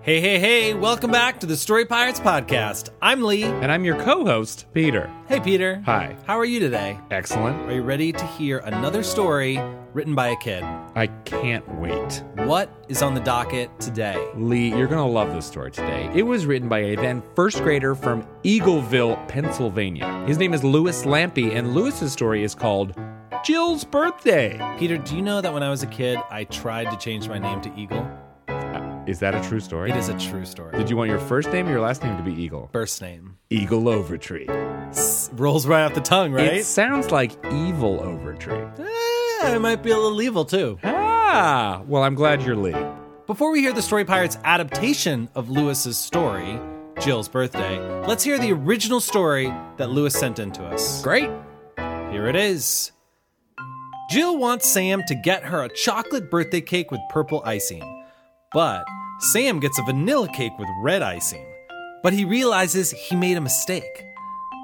Hey, hey, hey, welcome back to the Story Pirates podcast. I'm Lee. And I'm your co host, Peter. Hey, Peter. Hi. How are you today? Excellent. Are you ready to hear another story written by a kid? I can't wait. What is on the docket today? Lee, you're going to love this story today. It was written by a then first grader from Eagleville, Pennsylvania. His name is Lewis Lampy, and Lewis's story is called Jill's Birthday. Peter, do you know that when I was a kid, I tried to change my name to Eagle? Uh, Is that a true story? It is a true story. Did you want your first name or your last name to be Eagle? First name. Eagle Overtree. S- rolls right off the tongue, right? It sounds like Evil Overtree. Eh, it might be a little evil, too. Ah, well, I'm glad you're Lee. Before we hear the Story Pirates adaptation of Lewis's story, Jill's birthday, let's hear the original story that Lewis sent in to us. Great. Here it is. Jill wants Sam to get her a chocolate birthday cake with purple icing, but Sam gets a vanilla cake with red icing. But he realizes he made a mistake.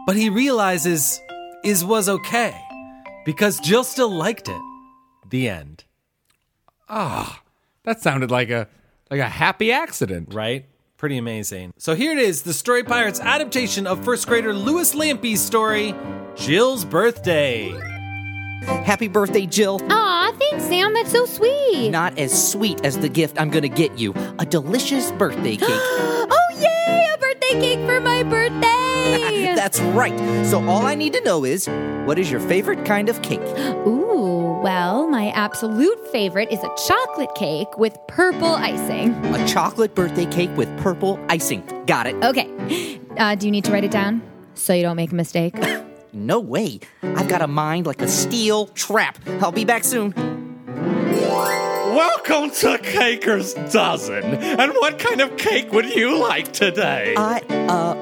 But he realizes is was okay because Jill still liked it. The end, That sounded like a like a happy accident. right? Pretty amazing. So here it is, the Story Pirates adaptation of first grader Lewis Lampy's story, Jill's birthday. Happy birthday, Jill. Aw, thanks, Sam. That's so sweet. Not as sweet as the gift I'm gonna get you a delicious birthday cake. oh, yay! A birthday cake for my birthday! That's right. So, all I need to know is what is your favorite kind of cake? Ooh, well, my absolute favorite is a chocolate cake with purple icing. A chocolate birthday cake with purple icing. Got it. Okay, uh, do you need to write it down so you don't make a mistake? No way. I've got a mind like a steel trap. I'll be back soon. Welcome to Caker's Dozen. And what kind of cake would you like today? I, uh,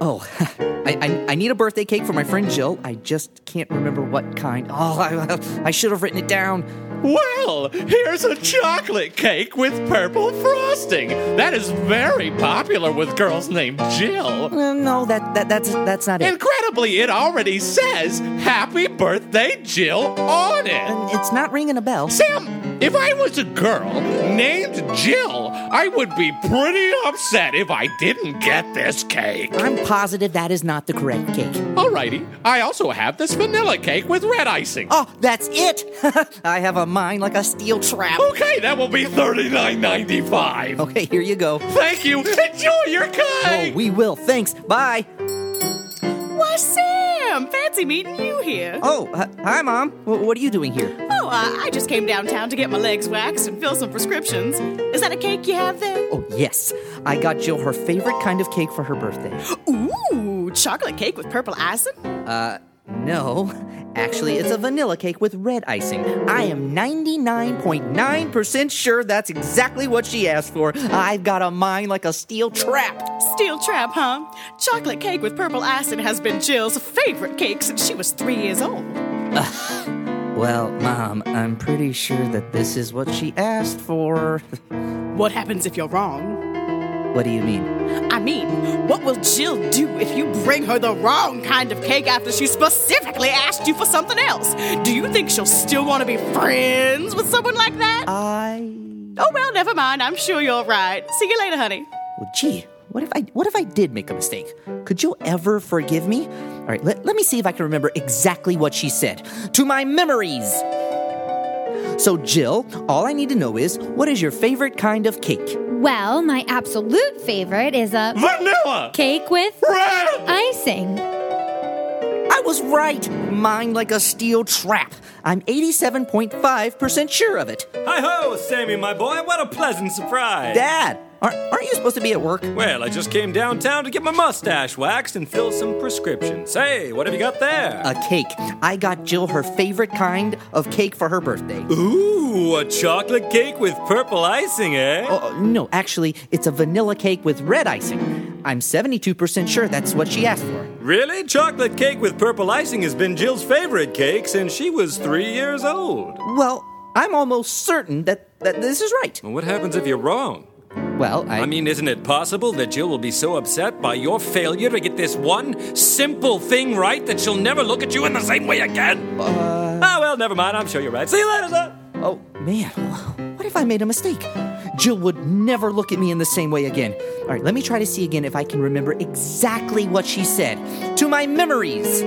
oh, I, I, I need a birthday cake for my friend Jill. I just can't remember what kind. Oh, I, I should have written it down. well, here's a chocolate cake with purple frosting. That is very popular with girls named Jill. Uh, no, that, that that's that's not it. Incredibly, it already says Happy Birthday, Jill on it. It's not ringing a bell. Sam, if I was a girl named Jill, I would be pretty upset if I didn't get this cake. I'm positive that is not the correct cake. Alrighty, I also have this vanilla cake with red icing. Oh, that's it! I have a mind like a steel trap. Okay, that will be thirty-nine ninety-five. Okay, here you go. Thank you. Enjoy your Oh, cake. we will. Thanks. Bye. Why, Sam! Fancy meeting you here. Oh, h- hi, Mom. W- what are you doing here? Oh, uh, I just came downtown to get my legs waxed and fill some prescriptions. Is that a cake you have there? Oh, yes. I got Jill her favorite kind of cake for her birthday. Ooh, chocolate cake with purple icing? No, actually, it's a vanilla cake with red icing. I am 99.9% sure that's exactly what she asked for. I've got a mind like a steel trap. Steel trap, huh? Chocolate cake with purple icing has been Jill's favorite cake since she was three years old. Well, Mom, I'm pretty sure that this is what she asked for. What happens if you're wrong? what do you mean? I mean, what will Jill do if you bring her the wrong kind of cake after she specifically asked you for something else? Do you think she'll still want to be friends with someone like that? I. Oh, well, never mind. I'm sure you're right. See you later, honey. Well, gee, what if I what if I did make a mistake? Could you ever forgive me? All right, let, let me see if I can remember exactly what she said. To my memories. So, Jill, all I need to know is what is your favorite kind of cake? well, my absolute favorite is a Vanilla. cake with Red. icing. I was right. Mine like a steel trap. I'm 87.5% sure of it. Hi ho, Sammy, my boy. What a pleasant surprise. Dad, aren't, aren't you supposed to be at work? well, I just came downtown to get my mustache waxed and fill some prescriptions. Hey, what have you got there? A cake. I got Jill her favorite kind of cake for her birthday. Ooh, a chocolate cake with purple icing, eh? Oh, no, actually, it's a vanilla cake with red icing. I'm 72% sure that's what she asked for. Really? Chocolate cake with purple icing has been Jill's favorite cake since she was three years old. Well, I'm almost certain that, that this is right. Well, what happens if you're wrong? Well, I, I mean, isn't it possible that Jill will be so upset by your failure to get this one simple thing right that she'll never look at you in the same way again? Ah, well, never mind. I'm sure you're right. See you later, sir. oh man, what if I made a mistake? Jill would never look at me in the same way again. All right, let me try to see again if I can remember exactly what she said to my memories.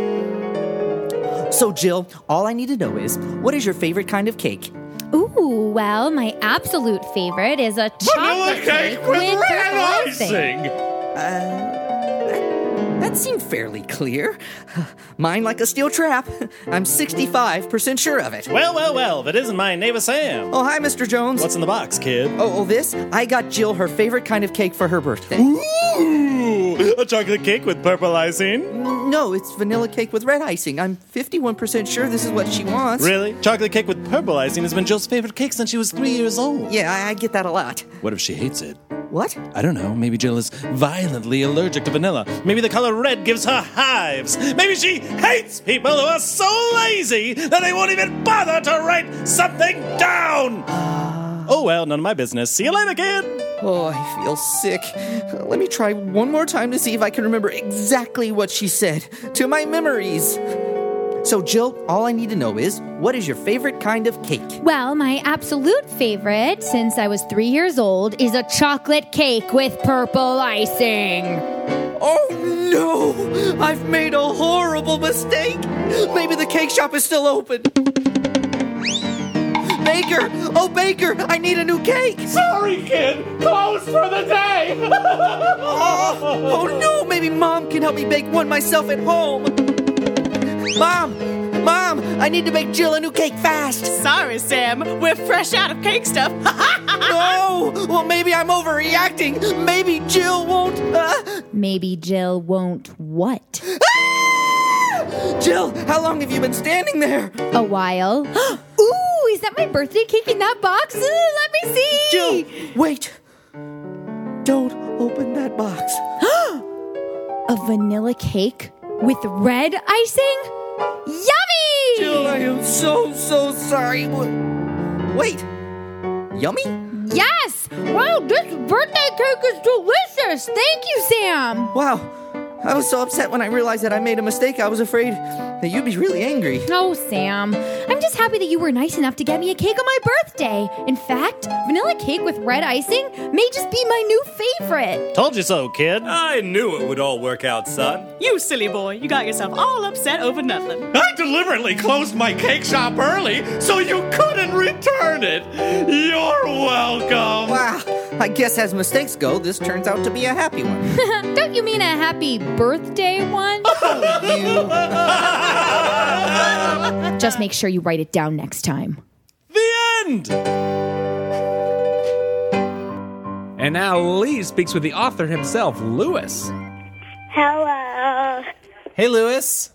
So, Jill, all I need to know is what is your favorite kind of cake? Ooh, well, my absolute favorite is a Vanilla chocolate cake with red icing. That seemed fairly clear. Mine like a steel trap. I'm 65% sure of it. Well, well, well, that isn't mine, neighbor Sam. Oh, hi, Mr. Jones. What's in the box, kid? Oh, oh, this? I got Jill her favorite kind of cake for her birthday. Ooh, a chocolate cake with purple icing. No, it's vanilla cake with red icing. I'm 51% sure this is what she wants. Really? Chocolate cake with purple icing has been Jill's favorite cake since she was three years old. Yeah, I, I get that a lot. What if she hates it? What? I don't know. Maybe Jill is violently allergic to vanilla. Maybe the color red gives her hives. Maybe she hates people who are so lazy that they won't even bother to write something down. Oh well, none of my business. See you later, kid. Oh, I feel sick. Uh, Let me try one more time to see if I can remember exactly what she said to my memories. So, Jill, all I need to know is what is your favorite kind of cake? Well, my absolute favorite since I was three years old is a chocolate cake with purple icing. Oh no! I've made a horrible mistake! Maybe the cake shop is still open. Baker! Oh, Baker! I need a new cake! Sorry, kid. Closed for the day. Oh, oh, no, maybe mom can help me bake one myself at home. Mom, mom, I need to make Jill a new cake fast. Sorry, Sam. We're fresh out of cake stuff. No, well, maybe I'm overreacting. Maybe Jill won't. Uh, Maybe Jill won't what? Ah! Jill, how long have you been standing there? A while. Ooh, is that my birthday cake in that box? Ooh, let me see. Jill, wait. Don't open that box. A vanilla cake with red icing? Yummy! Jill, I am so, so sorry. Wait, yummy? Yes! Wow, this birthday cake is delicious! Thank you, Sam! Wow. I was so upset when I realized that I made a mistake. I was afraid that you'd be really angry. Oh, Sam. I'm just happy that you were nice enough to get me a cake on my birthday. In fact, vanilla cake with red icing may just be my new favorite. Told you so, kid. I knew it would all work out, son. you silly boy. You got yourself all upset over nothing. I deliberately closed my cake shop early so you couldn't return it. You're welcome. Wow. I guess as mistakes go, this turns out to be a happy one. Don't you mean a happy birthday one? just make sure you write it down next time. The end. And now Lee speaks with the author himself, Lewis. Hello. Hey, Lewis.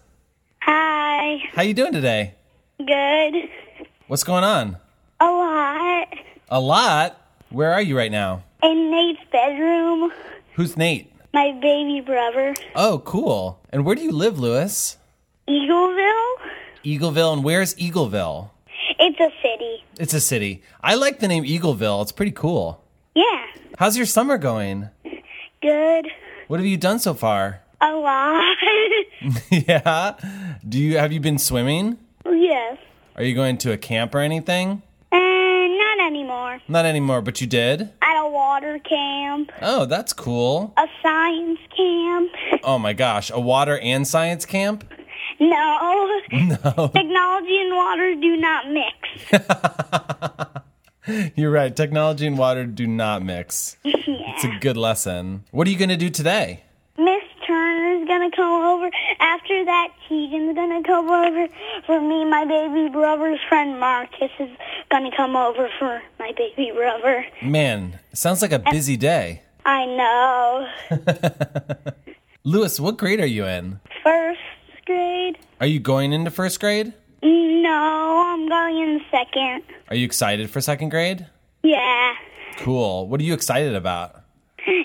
Hi. How you doing today? Good. What's going on? A lot. A lot. Where are you right now? In Nate's bedroom, Who's Nate? my baby brother, Oh, cool. And where do you live, Lewis? Eagleville. Eagleville. And where's Eagleville? It's a city. It's a city. I like the name Eagleville. It's pretty cool. Yeah. How's your summer going? Good. What have you done so far? A lot. yeah. Do you have you been swimming? yes. Are you going to a camp or anything? And not anymore. Not anymore, but you did. At a water camp, Oh, that's cool. a science camp. Oh my gosh, a water and science camp? No. No. Technology and water do not mix. You're right. Technology and water do not mix. It's a good lesson. What are you going to do today? Miss Turner's gonna come over. After that, Keegan's gonna come over for me. My baby brother's friend Marcus is gonna come over for my baby brother. Man, sounds like a busy day. I know. Lewis, what grade are you in? First grade? Are you going into first grade? No, I'm going in second. Are you excited for second grade? Yeah. Cool. What are you excited about?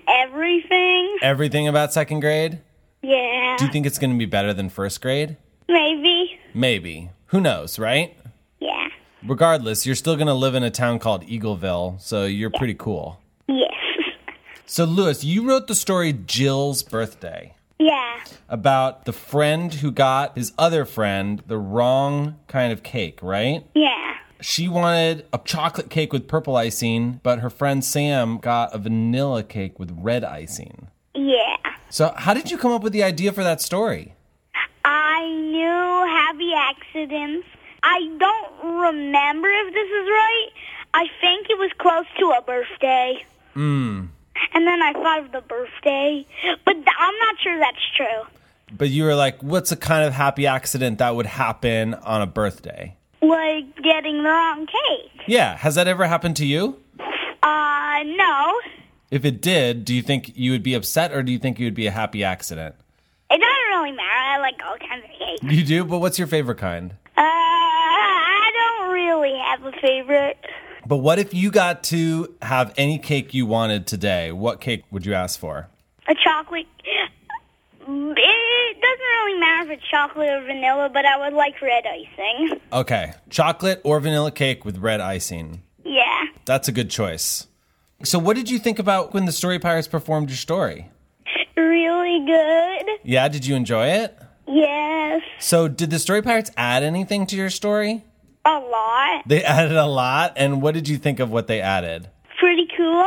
Everything. Everything about second grade? Yeah. Do you think it's going to be better than first grade? Maybe. Maybe. Who knows, right? Yeah. Regardless, you're still going to live in a town called Eagleville, so you're pretty cool. Yes. So, Lewis, you wrote the story Jill's Birthday Yeah. about the friend who got his other friend the wrong kind of cake, right? Yeah. She wanted a chocolate cake with purple icing, but her friend Sam got a vanilla cake with red icing. Yeah. So, how did you come up with the idea for that story? I knew happy accidents. I don't remember if this is right. I think it was close to a birthday. Mm. And then I thought of the birthday, but th- I'm not sure that's true. But you were like, what's a kind of happy accident that would happen on a birthday? Like getting the wrong cake. Yeah, has that ever happened to you? Uh, no. If it did, do you think you would be upset or do you think you would be a happy accident? It doesn't really matter. I like all kinds of cake. You do, but what's your favorite kind? Uh, I don't really have a favorite. But what if you got to have any cake you wanted today? What cake would you ask for? A chocolate. It doesn't really matter if it's chocolate or vanilla, but I would like red icing. Okay, chocolate or vanilla cake with red icing. Yeah. That's a good choice. So, what did you think about when the Story Pirates performed your story? Really good. Yeah, did you enjoy it? Yes. So, did the Story Pirates add anything to your story? A lot. They added a lot, and what did you think of what they added? Pretty cool.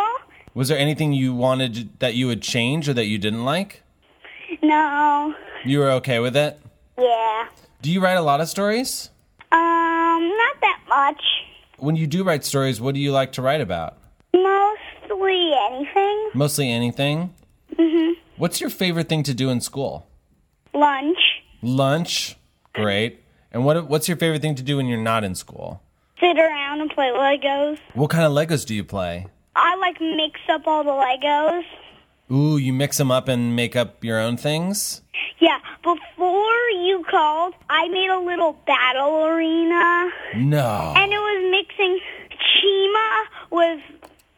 Was there anything you wanted that you would change or that you didn't like? No. You were okay with it? Yeah. Do you write a lot of stories? Um, not that much. When you do write stories, what do you like to write about? Mostly anything. Mostly anything? Mm-hmm. What's your favorite thing to do in school? Lunch. Lunch? Great. And what, what's your favorite thing to do when you're not in school? Sit around and play Legos. What kind of Legos do you play? I like mix up all the Legos. Ooh, you mix them up and make up your own things? Yeah, before you called, I made a little battle arena, No. and it was mixing Chima with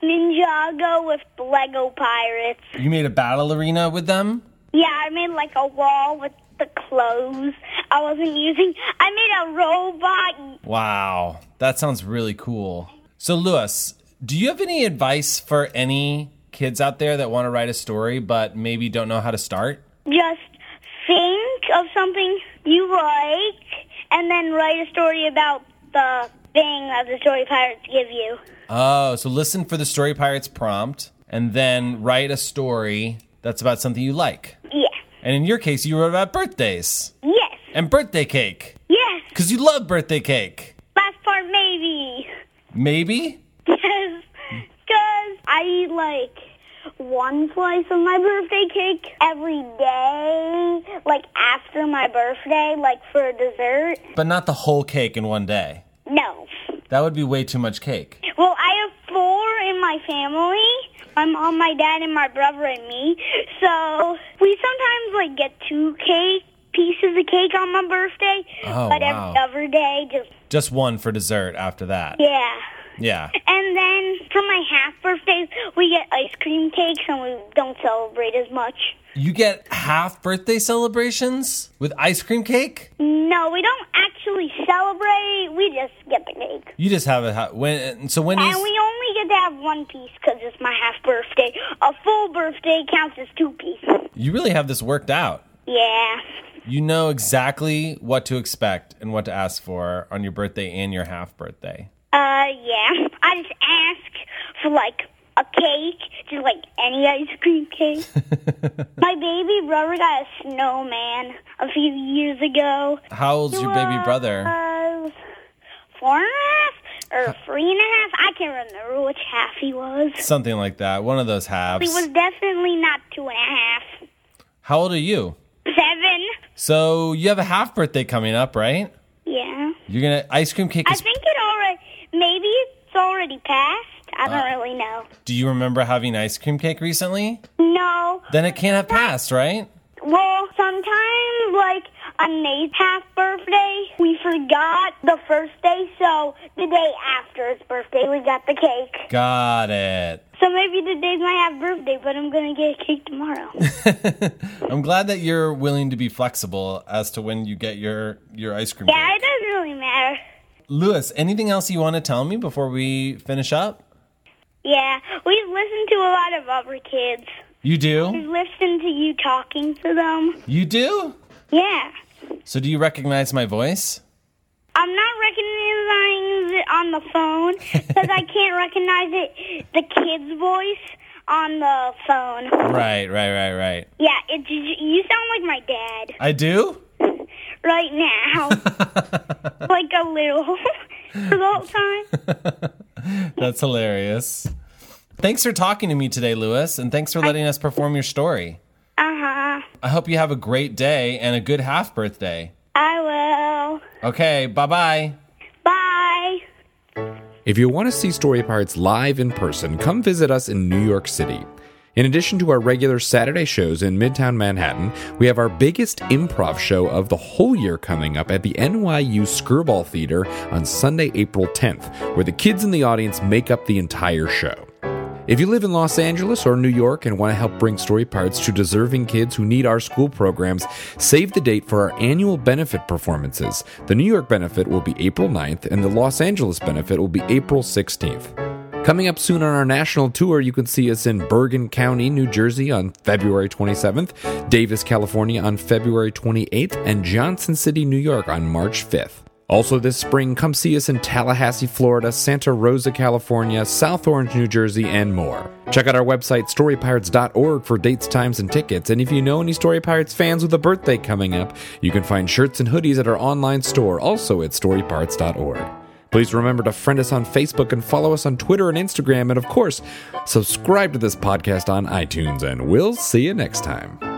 Ninjago with Lego Pirates. You made a battle arena with them? Yeah, I made like a wall with the clothes I wasn't using. I made a robot. Wow, that sounds really cool. So, Lewis, do you have any advice for any kids out there that want to write a story but maybe don't know how to start? Just think of something you like, and then write a story about the thing that the story pirates give you. Oh, so listen for the Story Pirates prompt and then write a story that's about something you like. Yeah. And in your case, you wrote about birthdays Yes. and birthday cake Yes. because you love birthday cake. Last part, maybe. Maybe? Yes, because I eat like one slice of my birthday cake every day, like after my birthday, like for dessert. But not the whole cake in one day. No. That would be way too much cake. Well, I have four in my family my mom, my dad, and my brother, and me. So we sometimes like get two cake pieces of cake on my birthday, Oh, but wow. every other day, just Just one for dessert after that. yeah. Yeah. And then for my half birthdays, we get ice cream cakes and we don't celebrate as much. You get half birthday celebrations with ice cream cake? No, we don't actually celebrate. We just get the cake. You just have it ha- when so when And is- we only get to have one piece because it's my half birthday. A full birthday counts as two pieces. you really have this worked out. Yeah. You know exactly what to expect and what to ask for on your birthday and your half birthday. Uh, yeah. I just ask for like a cake, just like any ice cream cake. my baby brother got a snowman a few years ago. How old's your baby brother? was four and a half or three and a half. I can't remember which half he was. Something like that. One of those He halves. was definitely not two and a half. How old are you? Seven. So you have a half birthday coming up, right? Yeah. You're gonna ice cream cake I is think it already, maybe it's already passed. I don't Uh, really know. do you remember having ice cream cake recently? No. Then it can't have passed, right? Well, sometimes, like, on Nate's half birthday, we forgot the first day, so the day after his birthday, we got the cake. Got it. So So maybe today's my half birthday, but I'm gonna get a cake tomorrow. I'm glad that you're willing to be flexible as to when you get your your ice cream. yeah, it doesn't really matter. Lewis, anything else you want to tell me before we finish up? Yeah, we've listened to a lot of other kids. You do? We've listened to you talking to them. You do? Yeah. So do you recognize my voice? I'm not recognizing it on the phone because I can't recognize it, the kid's voice on the phone. Right, right, right, right. Yeah, it's you sound like my dad I do? right now, like a little for the whole time. That's hilarious. Thanks for talking to me today, Lewis, and thanks for letting us perform your story. Uh huh. I hope you have a great day and a good half birthday. I will. Okay, bye bye. Bye. If you want to see Story Pirates live in person, come visit us in New York City. In addition to our regular Saturday shows in Midtown Manhattan, we have our biggest improv show of the whole year coming up at the NYU Screwball Theater on Sunday, April 10th, where the kids in the audience make up the entire show. If you live in Los Angeles or New York and want to help bring story parts to deserving kids who need our school programs, save the date for our annual benefit performances. The New York benefit will be April 9th, and the Los Angeles benefit will be April 16th. Coming up soon on our national tour, you can see us in Bergen County, New Jersey on February 27th, Davis, California on February 28th, and Johnson City, New York on March 5th. Also, this spring, come see us in Tallahassee, Florida, Santa Rosa, California, South Orange, New Jersey, and more. Check out our website, storypirates.org, for dates, times, and tickets. And if you know any Story Pirates fans with a birthday coming up, you can find shirts and hoodies at our online store, also at storypirates.org. Please remember to friend us on Facebook and follow us on Twitter and Instagram. And of course, subscribe to this podcast on iTunes. And we'll see you next time.